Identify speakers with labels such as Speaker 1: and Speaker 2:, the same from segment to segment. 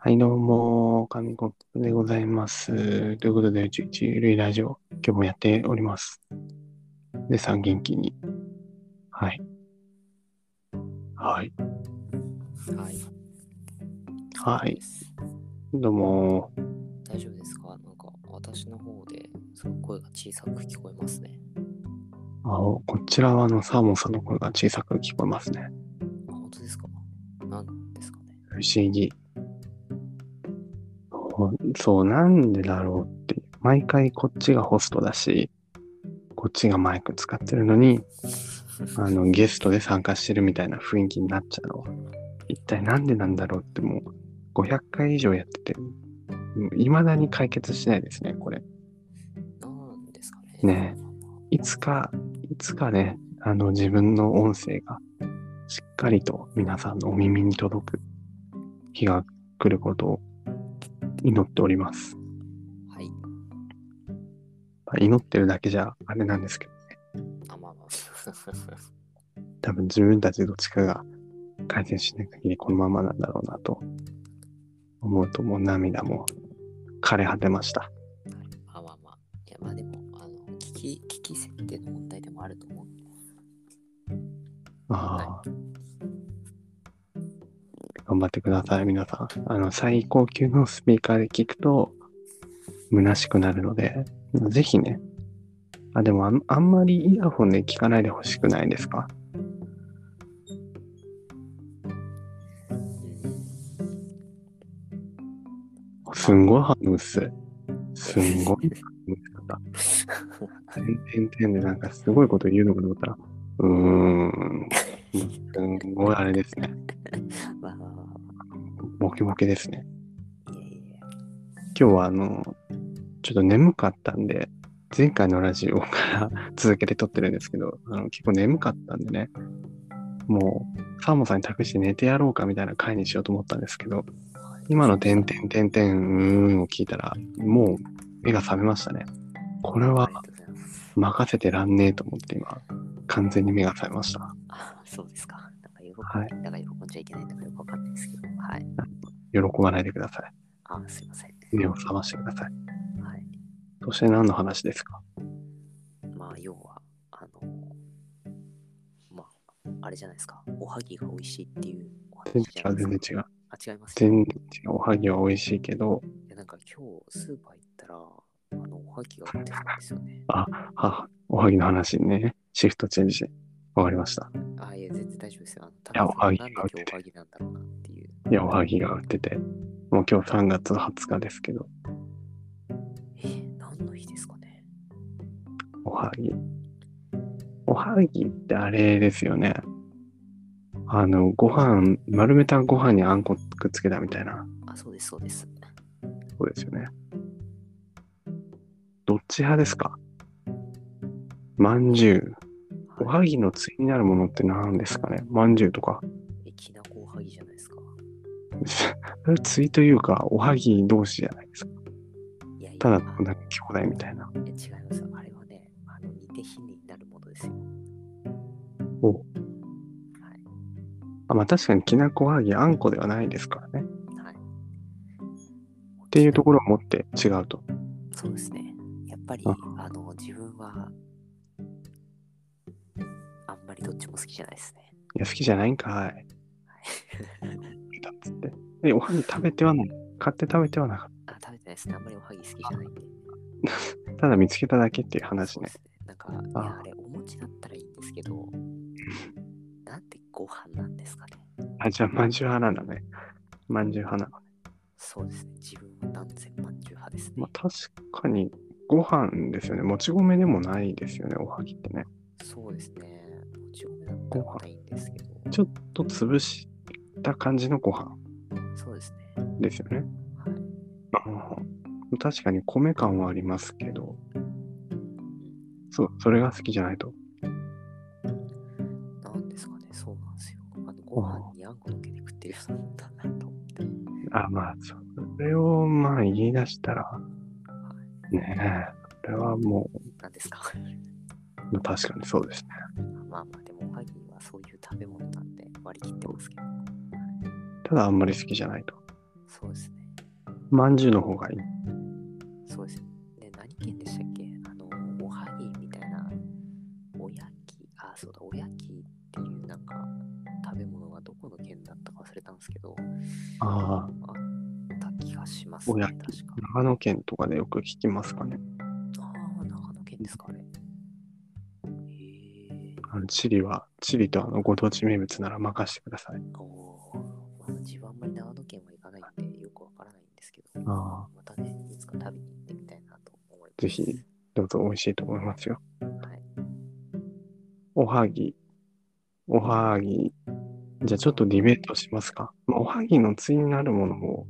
Speaker 1: はい、どうも、神子でございます。ということで、宇宙一ゆるいラジオ、今日もやっております。で、さん元気に。はい。はい。
Speaker 2: はい。
Speaker 1: はい。どうも、
Speaker 2: 大丈夫ですかなんか私の方ですごく声が小さく聞こえますね。
Speaker 1: あおこちらはあのサーモンさんの声が小さく聞こえますね。
Speaker 2: あ、本当ですかなんですかね
Speaker 1: 不思議。ほそう、なんでだろうって。毎回こっちがホストだし、こっちがマイク使ってるのに、あのゲストで参加してるみたいな雰囲気になっちゃうの。一体なんでなんだろうってもう500回以上やってて、いまだに解決しないですね、これ。
Speaker 2: なんですかね
Speaker 1: ねいつか、いつかね、あの自分の音声がしっかりと皆さんのお耳に届く日が来ることを祈っております。
Speaker 2: はい。
Speaker 1: まあ祈ってるだけじゃあれなんですけど、
Speaker 2: あ、まあまあ。
Speaker 1: 多分自分たちどっちかが改善しない限りこのままなんだろうなと思うともう涙も枯れ果てました。
Speaker 2: まあまあまあ。いや、まあでも、あの、聞き、聞き設定の問題でもあると思う。
Speaker 1: ああ。頑張ってください、皆さん。あの、最高級のスピーカーで聞くと、虚しくなるので、ぜひね。あ、でもあん、あんまりイヤホンで聞かないでほしくないですか
Speaker 2: うん。
Speaker 1: すんごい反応薄い。すんごい反応薄かった。点点点でなんかすごいこと言うのかと思ったら、うーん。すんごいあれですね。
Speaker 2: まあまあまあま
Speaker 1: ボケボケですね。
Speaker 2: あ。いやいやいや。
Speaker 1: 今日はあの、ちょっと眠かったんで、前回のラジオから 続けて撮ってるんですけど、あの結構眠かったんでね、もう、サーモンさんに託して寝てやろうかみたいな回にしようと思ったんですけど、今の点々点々うーんを聞いたら、もう目が覚めましたね。これ
Speaker 2: あ
Speaker 1: は
Speaker 2: りがとうございます。
Speaker 1: 任せてらんねえと思って今、完全に目が覚めました。
Speaker 2: あ、そうですか。なんか喜ん、
Speaker 1: はい
Speaker 2: なんか喜んじゃいけないとかよくわかんないですけど。はい。
Speaker 1: 喜ばないでくださ
Speaker 2: あ、すいません。
Speaker 1: い。目を覚ましてください。
Speaker 2: はい。
Speaker 1: そして何の話ですか
Speaker 2: まあ、要は、あの、まあ、あれじゃないですか。おはぎが美味しいっていうお
Speaker 1: 全
Speaker 2: 話じゃな
Speaker 1: 然違、
Speaker 2: いうです
Speaker 1: 全然違
Speaker 2: か。
Speaker 1: う。
Speaker 2: あ、違いますよ
Speaker 1: 全然違う。おはぎは美味しいけど、
Speaker 2: いやなんか今日、スーパー行ったら、あの、おはぎが売ってるんですよね。
Speaker 1: はおはぎの話ね、シフトチェンジ。わかりました。
Speaker 2: あ、いや、全然大丈夫ですよ。
Speaker 1: やおはぎが
Speaker 2: なん
Speaker 1: 売
Speaker 2: で
Speaker 1: っ
Speaker 2: 今
Speaker 1: て
Speaker 2: 日おはぎなんだろうなっていう。
Speaker 1: いや、おはぎが売ってて、もう今日3月20日ですけど、
Speaker 2: えー、何の日ですかね
Speaker 1: おはぎ。おはぎってあれですよね。あの、ご飯、丸めたご飯にあんこくっつけたみたいな、
Speaker 2: あ、そうです、そうです。
Speaker 1: そうですよね。どっち派ですかまんじゅう。おはぎの対になるものって何ですかねまんじゅうとか。
Speaker 2: え、きなこおはぎじゃないですか。
Speaker 1: それ 対というか、おはぎ同士じゃないですか。
Speaker 2: いやいや、
Speaker 1: ただ、
Speaker 2: あ
Speaker 1: なんか兄弟みたいな。
Speaker 2: いや違いますよ。あれはね、あの、似て非になるものですよ。
Speaker 1: お
Speaker 2: はい。
Speaker 1: あまあ確かにきなこはぎあんこではないですからね。
Speaker 2: はい。っ
Speaker 1: っていうところを持って違うと。
Speaker 2: そうですね。やっぱり
Speaker 1: あ、
Speaker 2: あの、自分は、あんまりどっちも好きじゃないですね。
Speaker 1: いや、好きじゃないんかい。だっつって。え、おはぎ食べてはない。買って食べてはなかっ
Speaker 2: あ、食べてないですね。あんまりおはぎ好きじゃないんで。
Speaker 1: た。ただ見つけただけっていう話
Speaker 2: そうで
Speaker 1: ね。
Speaker 2: すね。なんか、い
Speaker 1: あ
Speaker 2: や、あれ、お餅だったらいいんですけど、なんでご飯なんですかね。
Speaker 1: あ、じゃあ、まんじゅう派なんだね。まんじゅう派なの。
Speaker 2: そうですね。自分は断然まんじゅう派ですね
Speaker 1: まあ。確かに、ご飯ですよね。もち米でもないですよね、おはぎってね。
Speaker 2: そうですね。もち米だったらまたいいんですけど、
Speaker 1: ちょっと潰した感じのご飯
Speaker 2: そうですね。
Speaker 1: ですよね。
Speaker 2: はい。
Speaker 1: うん確かに米感はありますけど、そう、それが好きじゃないと。
Speaker 2: なんですかね。そうなんですよ。あの、ご飯にあんこのけて食ってる人なんだなと思って。
Speaker 1: あ、まあ、それをまあ言い出したら、ねえ、それはも
Speaker 2: なんですか
Speaker 1: う、確かにそうですね。
Speaker 2: まあまあでもおはぎはそういう食べ物なんで割り切ってますけど
Speaker 1: ただあんまり好きじゃないと。
Speaker 2: そうですね
Speaker 1: まんじゅうの方がいい。
Speaker 2: そうですね。で、何県でしたっけあの、おはぎみたいな、おやき、あ、そうだ、おやきっていうなんか食べ物がどこの県だったか忘れたんですけど、
Speaker 1: ああ、
Speaker 2: あった気がします
Speaker 1: お
Speaker 2: ね、
Speaker 1: や
Speaker 2: 確か。
Speaker 1: 長野県とかでよく聞きますかね。
Speaker 2: ああ、長野県ですか、あれ。へえ
Speaker 1: あのチリは、チリとあのご当地名物なら任せてください。
Speaker 2: おおー、まあ、自分あんまり長野県は行かないんで、よくわからないんですけど、
Speaker 1: ああ
Speaker 2: またね、いつか旅に行ってみたいなと思います。
Speaker 1: ぜひ。どうぞ美味しいと思いますよ。
Speaker 2: はい。
Speaker 1: おはぎ。おはぎ。じゃあちょっとディベートしますか。まあおはぎの対になるものを、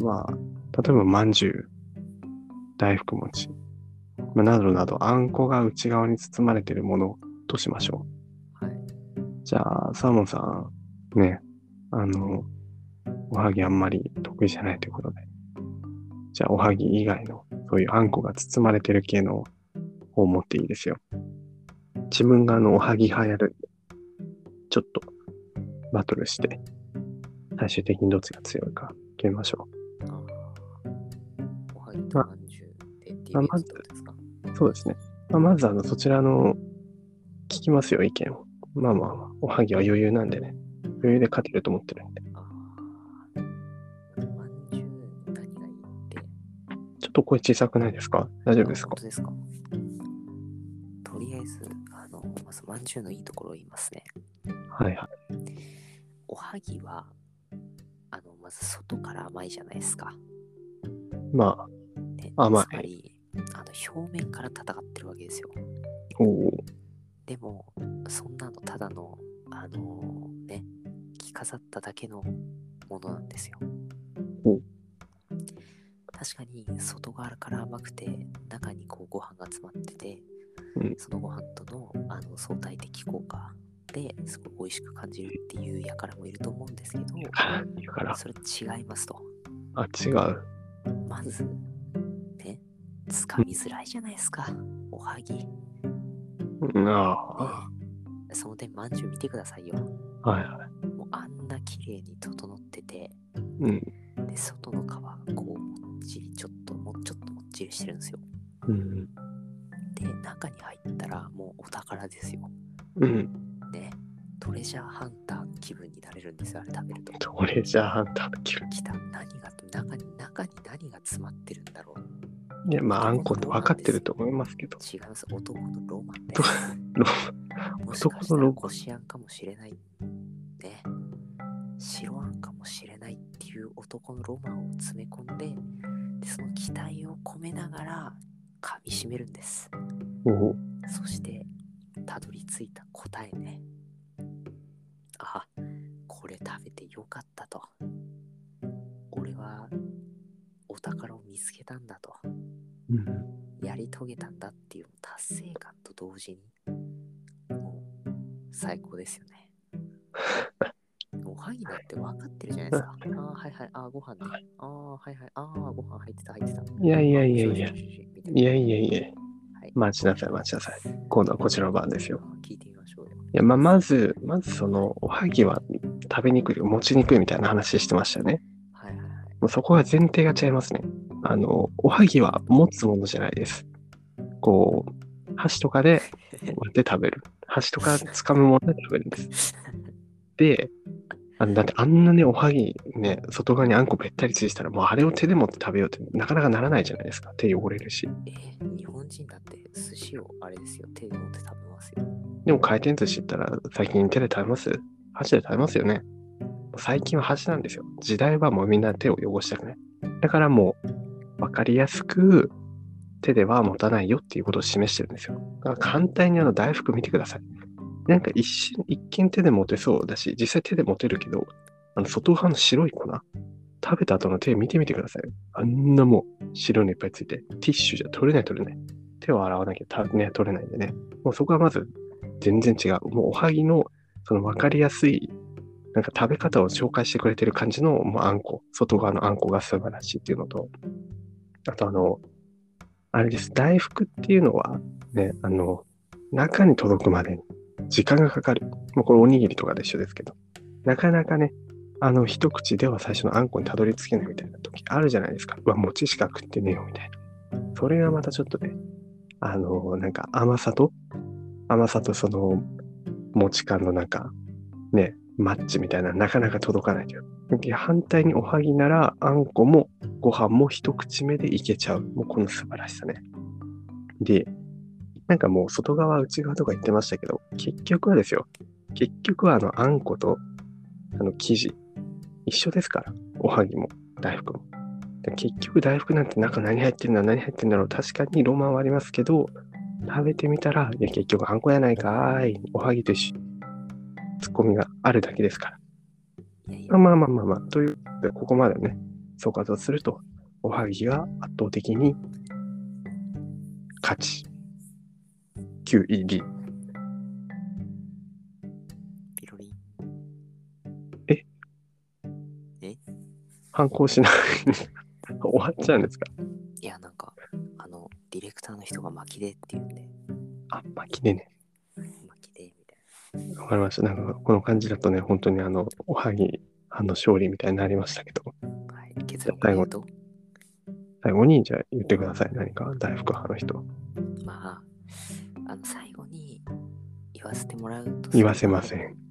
Speaker 1: まあ、例えばまんじゅう、大福餅、まあ、などなど、あんこが内側に包まれているものとしましょ
Speaker 2: はい。
Speaker 1: う。じゃあ、サーモンさん、ね、あの、おはぎあんまり得意じゃないということで。じゃあ、おはぎ以外の、そういうあんこが包まれてる系の方を持っていいですよ。自分があの、おはぎ派やるんで、ちょっとバトルして、最終的にどっちが強いか決めましょ
Speaker 2: あーおはぎとまんじゅうで DB
Speaker 1: まあま
Speaker 2: っ
Speaker 1: ず
Speaker 2: てことですか
Speaker 1: う。そうですね。まあ、まず、あの、そちらの、聞きますよ、意見を。まあまあまあ、おはぎは余裕なんでね。余裕で勝てると思ってるんで。
Speaker 2: ああ。まんじゅう何がいいって。
Speaker 1: ちょっと声小さくないですか大丈夫です
Speaker 2: あ
Speaker 1: か
Speaker 2: 本当ですかとりあえず、あの、まずまんじゅうのいいところを言いますね。
Speaker 1: はいはい。
Speaker 2: おはぎは、あの、まず外から甘いじゃないですか。
Speaker 1: まあ、
Speaker 2: ね、
Speaker 1: 甘い
Speaker 2: つまり、あの、表面から戦ってるわけですよ。
Speaker 1: おお。
Speaker 2: でも、そんなのただの、あのね、着飾っただけのものなんですよ
Speaker 1: お。
Speaker 2: 確かに外側から甘くて中にこうご飯が詰まってて、
Speaker 1: うん
Speaker 2: そのご飯とのあの相対的効果ですごい美味しく感じるっていうやからもいると思う んですけど
Speaker 1: から言うから。
Speaker 2: それ違いますと
Speaker 1: あ、違う。
Speaker 2: まずねつかみづらいじゃないですかおはぎ、ね、
Speaker 1: うんあ
Speaker 2: その点まんじゅう見てくださいよ
Speaker 1: あ。はいは
Speaker 2: もうあんな綺麗に整ってて、
Speaker 1: い。うん。
Speaker 2: で、外の皮がこう、もっちり、ちょっと、もうちょっともっちりしてるんですよ。
Speaker 1: うん。
Speaker 2: で、中に入ったら、もうお宝ですよ。
Speaker 1: うん。
Speaker 2: ね、トレジャーハンター気分になれるんですよ、あれ食べると。
Speaker 1: トレジャーハンターだけ
Speaker 2: 来た、何が、中に、中に何が詰まってるんだろう。
Speaker 1: いや、まあ、あんこって分かってると思いますけど。
Speaker 2: 違います、男のロマンで
Speaker 1: と
Speaker 2: す。
Speaker 1: ロ
Speaker 2: もしかし
Speaker 1: 男
Speaker 2: た
Speaker 1: の
Speaker 2: ら
Speaker 1: ロ
Speaker 2: こしあんかもしれない。ね。白あんかもしれないっていう男のロマンを詰め込んで、でその期待を込めながら噛みしめるんです。
Speaker 1: おお。
Speaker 2: そして、たどり着いた答えね。あ、これ食べてよかったと。俺はお宝を見つけたんだと。
Speaker 1: うん。
Speaker 2: やり遂げたんだっていう達成感と同時にもう最高ですよね。おはぎだって分かってるじゃな いですか。ああ、はいはい、ああ、ご飯ね。ああ、はいはい、ああ、ご飯入ってた、入ってた。
Speaker 1: いやいやいやいや
Speaker 2: よしよしよしみた
Speaker 1: い
Speaker 2: い
Speaker 1: やいやいや。
Speaker 2: なはい
Speaker 1: 待ちなさい、待ちなさい。 今度はこちらの番ですよ。
Speaker 2: あー聞いてみましょうよ。
Speaker 1: いや、まあ、まず、まずその、おはぎは食べにくい、持ちにくいみたいな話してましたよね。
Speaker 2: はいはいはい。
Speaker 1: もうそこは前提が違いますね。あの、おはぎは持つものじゃないです。こう、箸とかで割って食べる。箸とか掴むもので食べるんです。で、あのだってあんなね、おはぎね、外側にあんこべったりついてたら、もうあれを手で持って食べようってなかなかならないじゃないですか。手汚れるし。
Speaker 2: えー日本人だって寿司をあれですよ、手で持って食べますよ。
Speaker 1: でも回転寿司って言ったら、最近手で食べます箸で食べますよね。最近は箸なんですよ。時代はもうみんな手を汚したくない。だからもう、わかりやすく、手では持たないよっていうことを示してるんですよ。だから簡単にあの大福見てください。なんか一瞬、一見手で持てそうだし、実際手で持てるけど、あの外側の白い粉、食べた後の手見てみてください。あんなもう白いのいっぱいついて、ティッシュじゃ取れない取れない。手を洗わなきゃた、ね、取れないんでね。もうそこはまず全然違う。もうおはぎのその分かりやすい、なんか食べ方を紹介してくれてる感じのもうあんこ、外側のあんこが素晴らしいっていうのと、あとあの、あれです、大福っていうのはね、あの、中に届くまでに時間がかかる。もうこれおにぎりとかで一緒ですけど、なかなかね、あの一口では最初のあんこにたどり着けないみたいな時あるじゃないですか。うわ、餅しか食ってねえよみたいな。それがまたちょっとね、あの、なんか甘さと、甘さとその餅感のなんか、ね、マッチみたいな、なかなか届かないという。反対におはぎなら、あんこもご飯も一口目でいけちゃう。もうこの素晴らしさね。で、なんかもう外側、内側とか言ってましたけど、結局はですよ。結局はあの、あんこと、あの、生地、一緒ですから。おはぎも、大福も。で結局、大福なんて中何入ってるんだ、何入ってるんだろう。確かにロマンはありますけど、食べてみたら、いや、結局あんこやないかーい。おはぎと一緒。ツッコミがあるだけですから。
Speaker 2: いやい や
Speaker 1: まあ、まあまあまあまあ、ということで、ここまでね、総括をすると、おはぎが圧倒的に勝ち。QED。
Speaker 2: ピロリン。
Speaker 1: 反抗しない。 終わっちゃうんですか
Speaker 2: いや、なんか、あの、ディレクターの人が巻きでって言うんで、
Speaker 1: あ、まあ、きねね。
Speaker 2: 巻きでみたい
Speaker 1: わかりました。なんか、この感じだとね、本当にあの、おはぎ、あの、勝利みたいになりましたけど、
Speaker 2: な。はい。結論から言うと、
Speaker 1: 最後に、じゃあ言ってください。何か、大福派の人。
Speaker 2: まあ、あの、最後に言わせてもらうと、
Speaker 1: 言わせません。